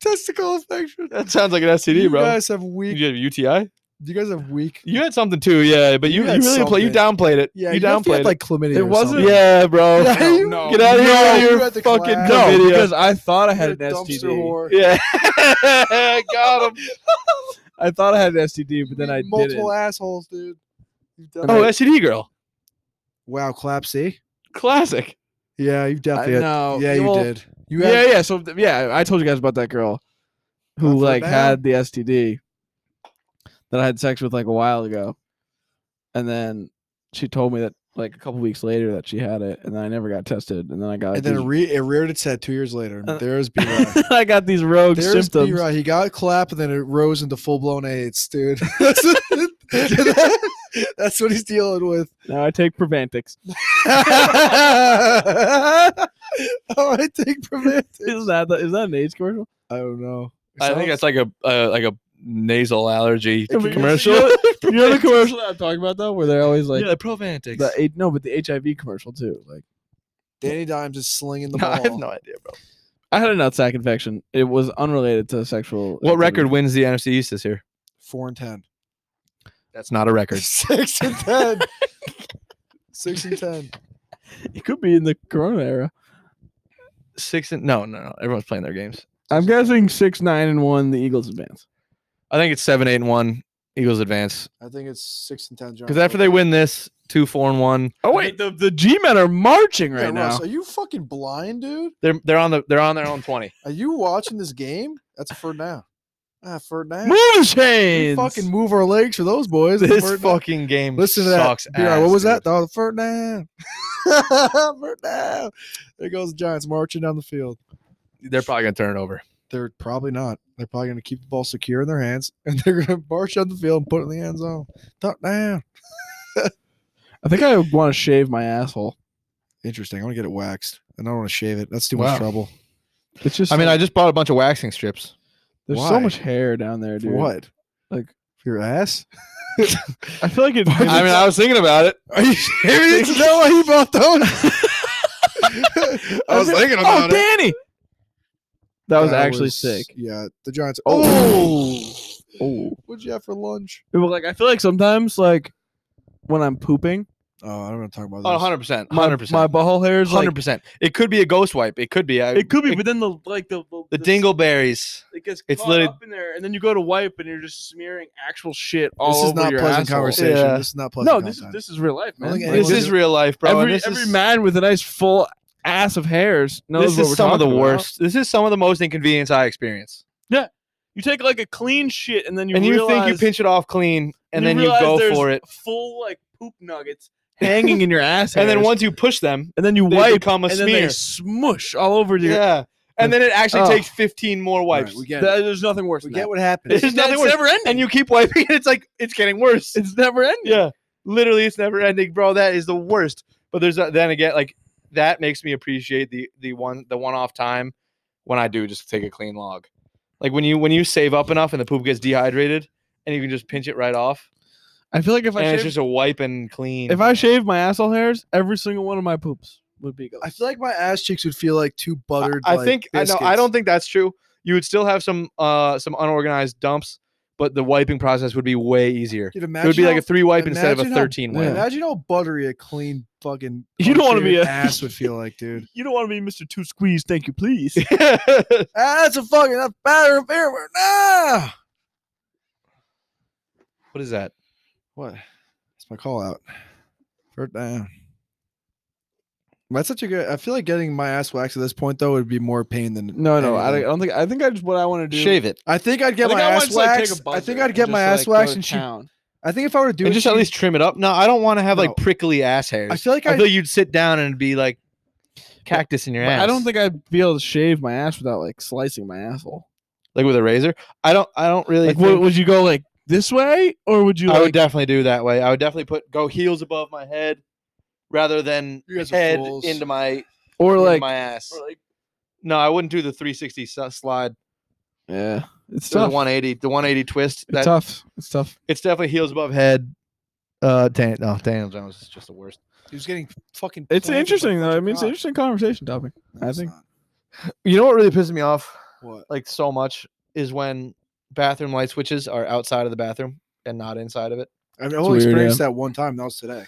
S1: testicle infection.
S2: that sounds like an STD,
S1: You
S2: bro.
S1: guys have weak.
S2: you have UTI?
S1: You guys have weak.
S2: You had something too, yeah. But you, you,
S1: had
S2: really play, you downplayed it.
S1: Yeah,
S2: you
S1: have to
S2: downplayed
S1: have, like chlamydia.
S3: It
S1: or
S3: wasn't-
S1: something.
S2: it. Yeah, bro.
S1: Yeah,
S3: No,
S1: you-
S3: no.
S2: Get out of here!
S1: No,
S2: you're
S1: you had the
S2: fucking
S1: class.
S2: dumb
S3: No,
S2: idiot.
S3: because I thought I
S1: You're
S3: had
S1: a
S3: an
S1: dumpster whore.
S3: STD.
S2: Yeah, got him.
S3: I thought I had an STD, but then
S1: You
S3: I
S1: need multiple
S3: didn't.
S1: assholes, dude. You've
S3: Oh,
S2: Oh,
S1: definitely-
S2: STD girl,
S1: wow, clapsy.
S2: classic.
S1: Yeah, you've
S3: I
S1: definitely. had-
S3: know.
S1: yeah, you
S3: well,
S1: did. You
S3: Yeah, yeah. So th- yeah, I told you guys about that girl who
S1: Not for
S3: like
S1: bad.
S3: had the STD that I had sex with like a while ago, and then she told me that like a couple weeks later that she had it, and then I never got tested, and then I got
S1: and then it,
S3: these-
S1: re- it reared its head two years later.
S3: Uh,
S1: There's B-Rod.
S3: I got these rogue
S1: There's
S3: symptoms.
S1: B-Rod. He got clap, and then it rose into full blown AIDS, dude. that's, that's what he's dealing with.
S3: Now I take Prevantix.
S1: oh, I take Preventive.
S3: Is that the, is that an AIDS commercial?
S1: I don't know.
S2: I think that's like a uh, like a nasal allergy
S1: It could-
S2: commercial.
S3: You know, you know the commercial that I'm talking about though, where they're always like
S2: yeah, Provantics.
S3: the H- no, but the HIV commercial too. Like
S1: Danny Dimes is slinging the
S2: No,
S1: ball.
S2: I have no idea, bro.
S3: I had a nut sack infection. It was unrelated to sexual.
S2: What
S3: activity.
S2: record wins the NFC East this year?
S1: Four and ten.
S2: That's not a record.
S1: Six and ten. Six and ten.
S3: It could be in the Corona era.
S2: Six and no, no, no. Everyone's playing their games.
S3: I'm guessing six, nine, and one. The Eagles advance.
S2: I think it's seven, eight, and one. Eagles advance
S1: I think it's six and ten.
S2: because after they win this, two, four, and one.
S3: Oh wait, the the G men are marching right now.
S1: are you fucking blind, dude?
S2: They're they're on the they're on their own twenty.
S1: Are you watching this game? That's a third down. Ah, third down.
S3: Move the
S1: We
S3: chains.
S1: fucking move our legs for those boys. It's
S2: This
S1: third down.
S2: fucking game
S1: Listen to that.
S2: sucks.
S1: B.R., what
S2: ass,
S1: was that?
S2: dude.
S1: Oh, the third down. third down. There goes the Giants marching down the field.
S2: They're probably gonna turn it over.
S1: They're probably not. They're probably going to keep the ball secure in their hands, and they're going to march down the field and put it in the end zone. Third down.
S3: I think I want to shave my asshole.
S1: Interesting. I want to get it waxed, and I don't want to shave it. That's too
S2: Wow.
S1: much trouble.
S3: It's just.
S2: I mean, I just bought a bunch of waxing strips.
S3: there's
S1: why?
S3: so much hair down there,
S1: For
S3: dude.
S1: what?
S3: Like-
S1: for your ass?
S3: I feel like it.
S2: I mean, I was thinking about it.
S1: Are you serious? Is that why you bought those?
S2: I was thinking about it.
S4: Danny.
S3: Oh, that was
S1: That
S3: actually
S1: was-
S3: sick.
S1: Yeah, the Giants.
S3: Oh.
S1: oh. What'd you have for lunch?
S3: It was like I feel like sometimes like when I'm pooping,
S1: Oh, I don't want to talk about
S2: Oh,
S1: this.
S2: 100%.
S3: my
S2: 100%.
S3: my butthole hair is like
S2: 100%. it could be a ghost wipe. It could be. I,
S3: it could be, but then the like the
S2: the dingleberries.
S3: it gets
S2: it's
S3: it's
S2: literally-
S3: up in there, and then you go to wipe, and you're just smearing actual shit all
S1: this
S3: over
S1: is not
S3: your
S1: pleasant
S3: asshole.
S1: conversation.
S2: Yeah.
S1: This is not pleasant.
S3: No, this is
S1: content.
S3: this is real life,
S1: I don't
S3: man.
S1: think
S3: Like,
S2: This
S1: anyone-
S2: is real life, bro. and
S3: every
S2: this
S3: every
S2: is,
S3: man with a nice full ass of hairs knows
S2: this
S3: what
S2: is
S3: we're
S2: some of the
S3: talking about.
S2: worst. This is some of the most inconvenience I experience.
S3: You take like a clean shit, and then you
S2: and you
S3: realize,
S2: think you pinch it off clean, and then you
S3: realize
S2: go
S3: there's
S2: for it.
S3: Full like poop nuggets hanging in your ass,
S2: And then
S3: hairs,
S2: once you push them,
S3: and then you
S2: they
S3: wipe,
S2: become a
S3: and then they Oh.
S2: smear.
S3: smush all over your.
S2: Yeah. And then it actually
S3: Ugh.
S2: takes 15 more
S1: All right,
S2: wipes.
S1: we get it.
S3: That- there's nothing worse.
S1: We
S3: than that.
S1: get what
S2: This
S1: happened.
S2: is nothing
S3: That's
S2: worse.
S3: never ending.
S2: and you keep wiping it. It's like, it's getting worse.
S3: it's never ending.
S2: Yeah. Literally, it's never ending, bro. That is the worst. But there's a, then again, like that makes me appreciate the the one the one off time when I do just take a clean log. Like when you when you save up enough and the poop gets dehydrated and you can just pinch it right off.
S3: I feel like if I
S2: and
S3: shaved,
S2: it's just a wipe and clean.
S3: if I shave my asshole hairs, every single one of my poops would be gone.
S1: I feel like my ass cheeks would feel like two buttered.
S2: I
S1: like,
S2: think I know I
S1: biscuits.
S2: don't think that's true. You would still have some uh some unorganized dumps, but the wiping process would be way easier.
S1: Dude,
S2: It would be
S1: imagine
S2: like a
S1: how-
S2: three wipe instead of a
S1: imagine how-
S2: thirteen wipe.
S1: Imagine how buttery a clean fucking.
S3: You don't wanna be
S1: untreated
S3: a-
S1: ass would feel like, dude.
S3: You don't want to be Mr. Two Squeeze, thank you, please.
S1: Ah, that's a fucking that's batter of air. Nah.
S2: what is that?
S1: What? That's my call out. Third down. That's such a good. I feel like getting my ass waxed at this point though would be more pain than
S3: no, no, I, don't- I
S1: anything.
S3: don't think. I think I just what I want to do.
S2: Shave it.
S1: I think I'd
S3: I
S1: get
S3: think
S1: my
S3: I wanna
S1: ass
S3: just, like, take a
S1: waxed. I think
S3: buzzer
S1: I'd get
S3: and
S1: my
S3: just,
S1: ass
S3: like, go
S1: waxed,
S3: to
S1: and she.
S3: town.
S1: I think if I were to do
S2: and
S1: it,
S2: just at
S1: she-
S2: least trim it up. No, I don't want to have
S1: No.
S2: like prickly ass hairs.
S1: I feel like
S2: I
S1: I.
S2: feel you'd sit down and be like cactus in your
S3: But
S2: ass.
S3: I don't think I'd be able to shave my ass without like slicing my asshole.
S2: like with a razor. I don't. I don't really.
S3: Like,
S2: think-
S3: would, would you go like this way, or would you?
S2: I
S3: Like,
S2: would definitely do that way. I would definitely put go heels above my head rather than
S1: You guys are
S2: head
S1: fools.
S2: into my
S3: or
S2: into
S3: like,
S2: my ass.
S3: or, like-
S2: No, I wouldn't do the 360 su- slide.
S3: yeah, it's
S2: So the
S3: tough.
S2: 180, the 180 twist.
S3: it's
S2: That
S3: tough. It's tough.
S2: it's definitely heels above head. Uh, Dan, no, Daniel Jones is just the worst.
S1: he was getting fucking.
S3: It's
S1: planted by
S3: interesting though. I
S1: fucking
S3: mean, it's an
S1: God.
S3: interesting conversation topic.
S1: No,
S3: I
S1: it's
S3: think.
S1: not.
S2: You know what really pisses me off?
S1: What?
S2: like so much is when bathroom light switches are outside of the bathroom and not inside of it.
S1: I mean, I've only
S3: weird, yeah.
S1: experienced that one time. That was today.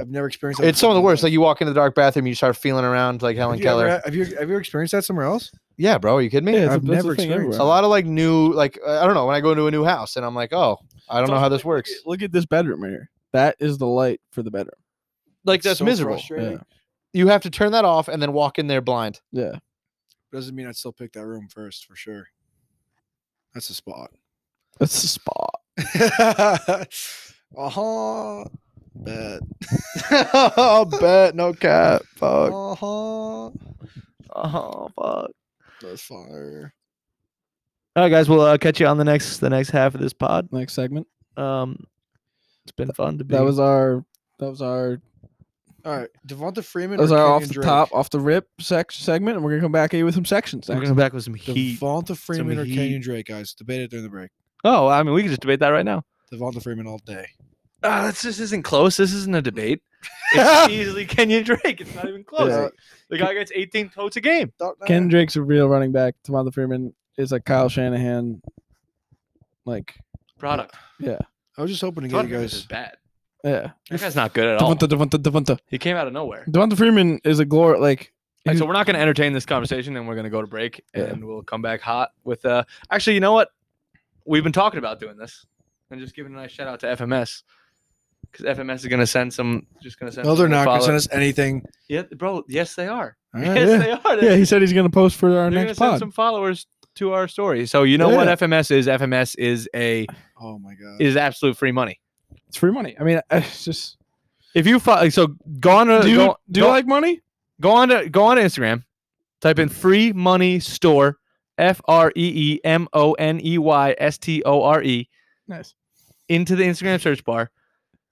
S1: I've never experienced. that
S2: It's some of the
S1: before.
S2: worst. Like you walk into the dark bathroom, you start feeling around like Helen
S1: have you ever
S2: Keller.
S1: had- have you have you experienced that somewhere else?
S2: yeah, bro, are you kidding me?
S3: Yeah, it's a-
S1: I've
S3: that's a
S1: never
S3: thing
S1: experienced
S2: A
S3: everywhere.
S2: lot of like new, like uh, I don't know. When I go into a new house and I'm like, oh, I don't know how this works.
S3: Look at this bedroom right here. That is the light for the bedroom.
S2: Like that's
S1: So
S2: miserable.
S1: frustrating.
S2: You have to turn that off and then walk in there blind.
S3: Yeah.
S1: Doesn't mean I'd still pick that room first for sure. That's a spot.
S3: That's the spot.
S1: uh huh. Bet.
S2: I'll bet no cap. Fuck.
S1: Uh huh.
S2: Oh fuck.
S1: That's fire.
S4: All right, guys. We'll uh, catch you on the next the next half of this pod.
S3: Next segment.
S4: Um, it's been fun to be.
S3: That was our that was our
S1: All right, Devonta Freeman. or
S3: that was our
S1: Kenyon
S3: off the
S1: Drake?
S3: top off the rip sex segment, and we're gonna come back at you with some sections.
S4: We're
S3: Next.
S4: gonna come back with some heat.
S1: Devonta Freeman or
S4: heat.
S1: Kenyon Drake, guys. Debate it during the break.
S4: oh, I mean, we could just debate that right now.
S1: Devonta Freeman all day.
S4: Ah, this just isn't close. This isn't a debate. It's easily Kenyon Drake. It's not even close.
S1: Yeah.
S4: The guy gets 18 totes a game.
S1: Don't know.
S3: Ken Drake's a real running back. Devonta Freeman is like Kyle Shanahan. Like
S4: Product.
S1: I was just hoping to get
S4: Todd
S1: you
S4: Davis is
S1: guys.
S4: bad.
S3: yeah,
S4: That guy's not good at all.
S3: Devonta Devonta Devonta.
S4: He came out of nowhere.
S3: Devonta Freeman is a glory. Like
S4: All right,
S3: He-
S4: so we're not going to entertain this conversation, and we're going to go to break,
S3: Yeah.
S4: and we'll come back hot with. Uh, actually, you know what? We've been talking about doing this, and just giving a nice shout out to FMS because FMS is going to send some. Just going to send.
S1: No,
S4: some
S1: they're
S4: more
S1: not going
S4: follow-
S1: to send us anything.
S4: Yeah, bro. Yes, they are.
S1: All right,
S4: Yes,
S3: yeah.
S4: they are.
S3: yeah, he said he's gonna post for our
S4: they're going to
S3: next
S4: send
S3: pod.
S4: some followers to our story. So you know what
S3: Yeah.
S4: FMS is? FMS is a
S1: Oh my god.
S4: is absolute free money.
S3: It's free money. I mean, it's just
S4: If you follow, so go on to
S3: do you,
S4: go,
S3: do
S4: go-
S3: you like money?
S4: go on to go on to Instagram, type in free money store, F R E E M O N E Y S T O R E
S3: Nice.
S4: into the Instagram search bar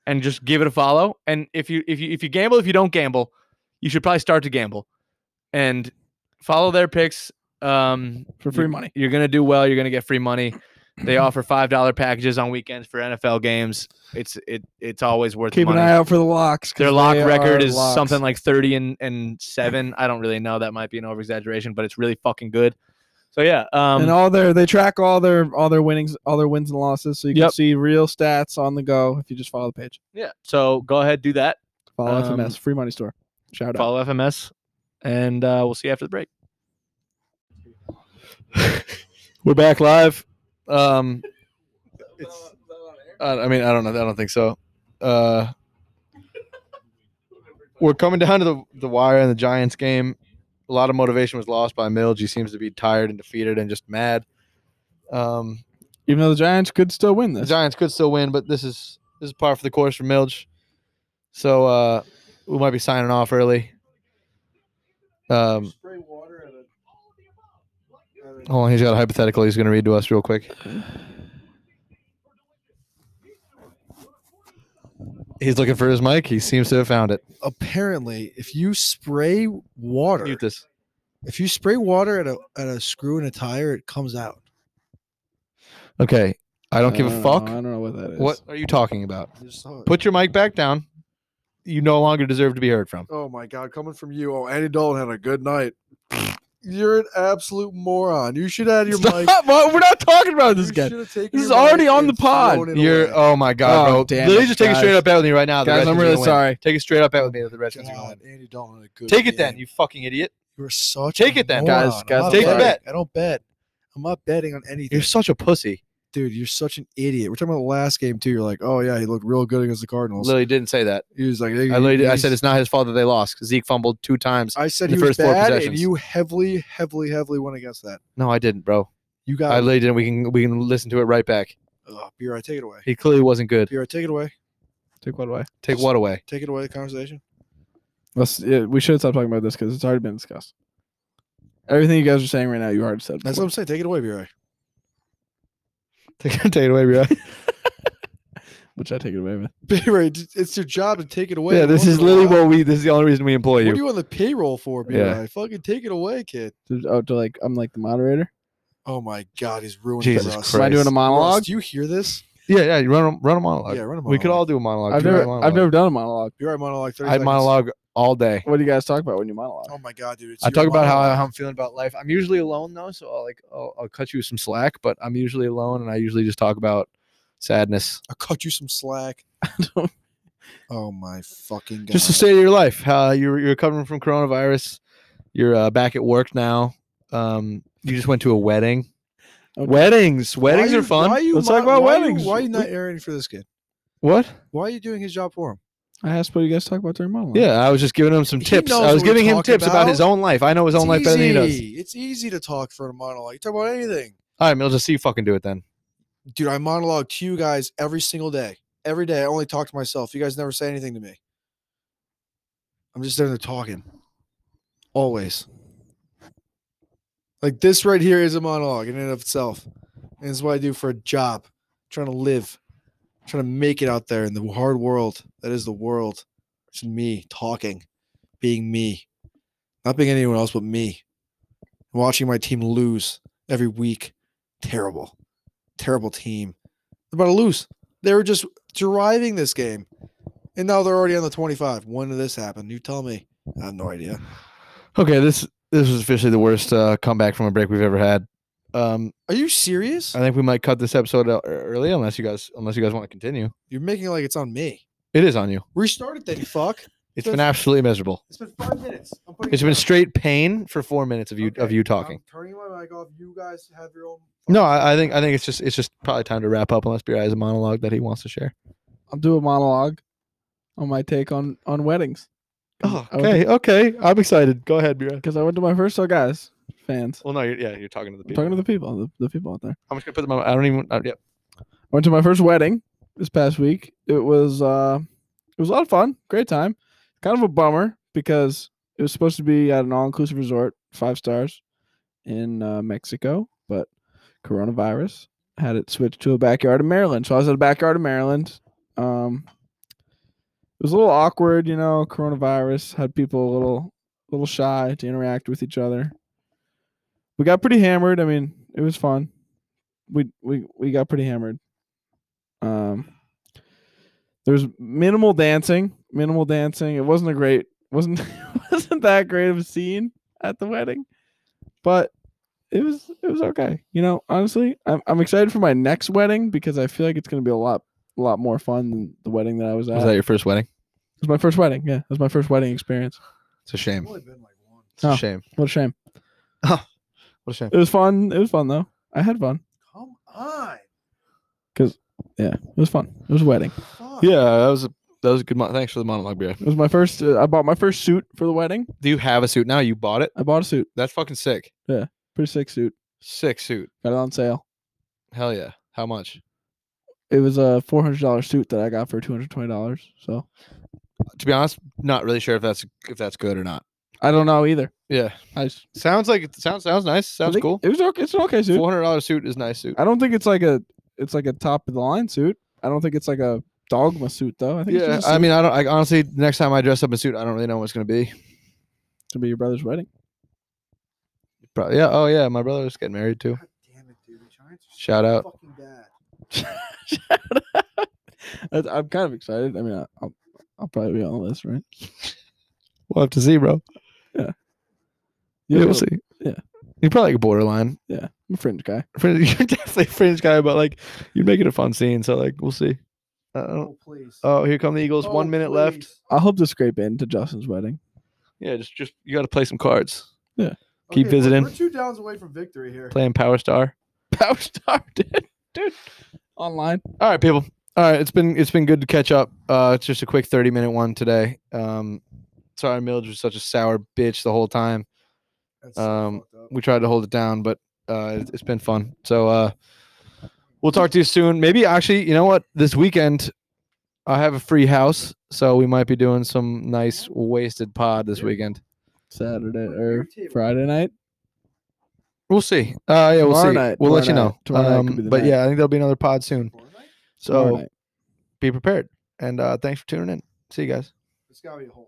S4: and just give it a follow. And if you if you if you gamble, if you don't gamble,
S5: you should probably start to gamble and follow their picks. Um,
S3: for free
S5: you're-
S3: money.
S5: You're gonna do well. You're gonna get free money. They offer five dollar packages on weekends for NFL games. It's it it's always worth
S3: Keep
S5: the money.
S3: an eye out for the locks. 'cause
S5: Their lock
S3: they
S5: record
S3: are
S5: is
S3: locks.
S5: something like thirty and, and seven. I don't really know. That might be an over exaggeration, but it's really fucking good. So yeah, um,
S3: and all their they track all their all their winnings, all their wins and losses, so you can
S5: Yep.
S3: see real stats on the go if you just follow the page.
S5: yeah. So go ahead, do that.
S3: Follow
S5: Um,
S3: FMS, free money store. Shout out.
S5: Follow FMS, and uh, we'll see you after the break.
S2: We're back live. Um, it's, I I mean, I don't know. I don't think so. Uh, we're coming down to the, the wire in the Giants game. A lot of motivation was lost by Mills. He seems to be tired and defeated and just mad. Um,
S3: Even though the Giants could still win
S2: the
S3: this,
S2: Giants could still win, but this is this is par for the course for Milge. So uh, we might be signing off early. Um,
S1: Spray water at a- at a-
S2: hold on, he's got a hypothetical he's going to read to us real quick. He's looking for his mic. He seems to have found it.
S1: Apparently, if you spray water,
S2: Mute this.
S1: if you spray water at a at a screw in a tire, it comes out.
S2: Okay, I don't give
S3: know,
S2: a fuck.
S3: I don't know what that is.
S2: What are you talking about?
S1: You just saw it.
S2: Put your mic back down. You no longer deserve to be heard from.
S1: Oh my God, coming from you. Oh, Andy Dalton had a good night. You're an absolute moron. You should have your mic.
S3: Stop, bro, Oh, we're not talking about this
S1: you
S3: guy.
S1: should've taken
S3: This is
S1: your mic
S3: already on
S1: and
S3: the pod.
S1: thrown it
S2: You're
S1: away.
S2: oh my god,
S3: Oh,
S2: bro.
S3: damn
S2: Literally
S3: it,
S2: just take a
S3: guys.
S2: straight up bet with me right now. The
S3: Guys, I'm
S2: Redskins are
S3: really
S2: gonna win.
S3: sorry.
S2: Take a straight up bet with me that the Redskins are going to win.
S1: God, Andy Dalton had a good
S2: Take it then,
S1: game.
S2: you fucking idiot.
S1: You're such
S2: Take
S1: a
S2: it then,
S1: moron.
S3: guys,
S1: I'm
S3: guys,
S1: not
S2: take the
S1: betting.
S2: bet.
S1: I don't bet. I'm not betting on anything.
S2: You're such a pussy.
S1: Dude, you're such an idiot. We're talking about the last game too. You're like, oh yeah, he looked real good against the Cardinals.
S2: Literally didn't say that.
S1: he was like,
S2: I literally I said it's not his fault that they lost. 'cause Zeke fumbled two times.
S1: I said
S2: in the
S1: he was
S2: first four
S1: bad, and
S2: possessions.
S1: you heavily, heavily, heavily went against that.
S2: No, I didn't, bro.
S1: You
S2: I
S1: got. Oh,
S2: literally didn't. We can we can listen to it right back.
S1: Ugh, B-Rod, take it away.
S2: He clearly wasn't good.
S1: B-Rod, take it away.
S3: Take what away?
S2: Take what away?
S1: Take it away. The conversation.
S3: Let's. Yeah, we should stop talking about this because it's already been discussed. Everything you guys are saying right now, you already said.
S1: That's what I'm saying. Take it away, B-Rod.
S2: Take, take it away, bro.
S3: which I take it away with.
S1: B-Rod, it's- it's your job to take it away.
S2: yeah,
S1: every
S2: this
S1: once
S2: is
S1: in a
S2: literally
S1: while.
S2: what we. This is the only reason we employ
S1: What are
S2: you.
S1: you on the payroll for, B-Rod?
S2: Yeah.
S1: Fucking take it away, kid.
S3: To- Oh, to like I'm like the moderator.
S1: Oh my God, he's ruined
S2: Jesus
S1: for us.
S3: Am I doing a
S2: Christ.
S1: Ross,
S3: monologue?
S1: Do you hear this?
S2: Yeah, yeah. You run a- run a monologue.
S1: Yeah, run a monologue.
S2: We could all do a monologue.
S3: I've
S2: Do a
S3: never
S2: monologue.
S3: I've never done a monologue.
S1: You're right, monologue. 30
S2: I
S1: seconds.
S2: monologue all day.
S3: What do you guys talk about when you monologue?
S1: Oh my god, dude! It's
S2: I
S1: your
S2: talk about how,
S1: monologue.
S2: how I'm feeling about life. I'm usually alone though, so I'll like I'll, I'll cut you some slack. But I'm usually alone, and I usually just talk about sadness.
S1: I cut you some slack.
S3: don't-
S1: oh my fucking god!
S2: Just the state of your life. How you're you're recovering from coronavirus. You're uh, back at work now. Um, you just went to a wedding.
S3: Okay.
S2: Weddings, weddings
S1: Why
S2: are
S1: you-
S2: fun.
S1: Why you
S3: Let's
S1: mo-
S3: talk about
S1: why you-
S3: weddings.
S1: why you not airing for this kid?
S2: What?
S1: Why are you doing his job for him?
S3: I asked what you guys talk about during monologue.
S2: Yeah, I was just giving him some
S1: He
S2: tips.
S1: knows
S2: I was
S1: what we're
S2: giving him
S1: talking
S2: tips about. his
S1: about.
S2: own life. I know his own life
S1: it's
S2: better than he does.
S1: easy. It's easy to talk for a monologue. You talk about anything,
S2: All right, Mill, just see you fucking do it then.
S1: dude. I monologue to you guys every single day. Every day, I only talk to myself. You guys never say anything to me. I'm just there, there talking, always. Like this right here is a monologue in and of itself, and it's what I do for a job, trying to live, trying to make it out there in the hard world that is the world. It's me talking, being me, not being anyone else but me. Watching my team lose every week, terrible, terrible team. They're about to lose. They were just driving this game, and now they're already on the twenty-five. When did this happen? You tell me. I have no idea.
S2: Okay, this this was officially the worst uh, comeback from a break we've ever had. Um,
S1: Are you serious?
S2: I think we might cut this episode out ear- early unless you guys unless you guys want to continue.
S1: You're making it like it's on me.
S2: It is on you.
S1: Restart it then, you fuck.
S2: It's been absolutely miserable.
S1: It's been five minutes. I'm putting
S2: It's
S1: it
S2: been
S1: down.
S2: straight pain for four minutes of you of
S1: Okay,
S2: you talking.
S1: I'm turning my mic off. You guys have your own.
S2: No, I, I think I think it's just it's just probably time to wrap up unless B.I. has a monologue that he wants to share.
S3: I'll do a monologue on my take on on weddings.
S2: Oh, okay, okay. I'm excited. Go ahead, B.I.
S3: Because I went to my first so guys fans.
S2: Well, no, you're, yeah, you're talking to the
S3: I'm
S2: people.
S3: talking to the people, the, the people out there.
S2: I'm just gonna put them. On, I don't even. Uh, yep.
S3: went to my first wedding this past week. It was uh it was a lot of fun, great time. Kind of a bummer because it was supposed to be at an all-inclusive resort, five stars in uh, Mexico, but coronavirus had it switched to a backyard in Maryland. So I was at a backyard in Maryland. Um was a little awkward, you know. Coronavirus had people a little, little shy to interact with each other. We got pretty hammered. I mean, it was fun. We we we got pretty hammered. Um, there was minimal dancing, minimal dancing. It wasn't a great, wasn't wasn't that great of a scene at the wedding, but it was it was okay. You know, honestly, I'm I'm excited for my next wedding because I feel like it's gonna be a lot a lot more fun than the wedding that I was at.
S2: Was that your first wedding?
S3: It was my first wedding. Yeah, it was my first wedding experience.
S2: It's a shame.
S1: only been like one.
S2: It's a
S3: Oh.
S2: shame.
S3: What a shame.
S2: What a shame.
S3: It was fun. It was fun though. I had fun.
S1: Come on.
S3: Yeah, it was fun. It was a wedding.
S1: Fuck.
S2: Yeah, that was a that was a good month. Thanks for the monologue beer.
S3: It was my first. Uh, I bought my first suit for the wedding.
S2: Do you have a suit now? You bought it?
S3: I bought a suit.
S2: That's fucking sick.
S3: Pretty sick suit.
S2: Sick suit.
S3: Got it on sale.
S2: Hell yeah. How much?
S3: It was a four hundred dollar suit that I got for two hundred twenty dollars. So
S2: To be honest, not really sure if that's if that's good or not.
S3: I don't know either.
S2: Yeah.
S3: I just,
S2: Sounds like sounds sounds nice.
S3: I
S2: Sounds
S3: think
S2: cool.
S3: It was okay. It's an okay suit.
S2: Four hundred dollar suit is a nice suit.
S3: I don't think it's like a it's like a top of the line suit. I don't think it's like a dogma suit though. I think it's
S2: Yeah,
S3: just a
S2: I
S3: suit
S2: mean, I don't. I, honestly, the next time I dress up in a suit, I don't really know what's gonna be.
S3: to be your brother's wedding.
S2: Probably, yeah. Oh yeah, my brother's getting married too.
S1: God damn it, dude. The Giants are so
S2: Shout out.
S1: fucking bad.
S3: I, I'm kind of excited. I mean, I, I'll I'll probably be on the list, right?
S2: We'll have to see, bro.
S3: You'll
S2: yeah,
S3: be
S2: we'll
S3: a-
S2: see.
S3: yeah.
S2: You're probably like a borderline.
S3: I'm a fringe guy.
S2: Fringe, you're definitely a fringe guy, but like you're making a fun scene. So like we'll see. I don't,
S1: Oh, please.
S2: oh, here come the Eagles. One
S1: One
S2: minute left.
S3: I hope to scrape into Justin's wedding.
S2: Yeah, just just you got to play some cards. Keep
S1: we're-
S2: visiting.
S1: We're two downs away from victory here.
S2: Playing Power Star.
S3: Power Star, dude, dude, online.
S2: All right, people. All right, it's been it's been good to catch up. Uh, it's just a quick thirty minute one today. Um, sorry, Milge was such a sour bitch the whole time.
S1: That's so
S2: Um,
S1: fucked up.
S2: we tried to hold it down, but uh, it- it's been fun. So uh, we'll talk to you soon. Maybe actually, you know what? This weekend, I have a free house, so we might be doing some nice wasted pod this weekend.
S3: Saturday
S1: What are your
S3: or
S1: tables?
S3: Friday night.
S2: We'll see. Uh, yeah, we'll
S3: Tomorrow
S2: see.
S3: night-
S2: we'll let you
S3: tomorrow
S2: know.
S3: night- tomorrow night could
S2: Um,
S3: be the
S2: but
S3: night.
S2: yeah, I think there'll be another pod soon.
S1: Tomorrow night?
S2: So
S3: Tomorrow night.
S2: be prepared and uh, thanks for tuning in. See you guys.
S1: It's gotta be a hole.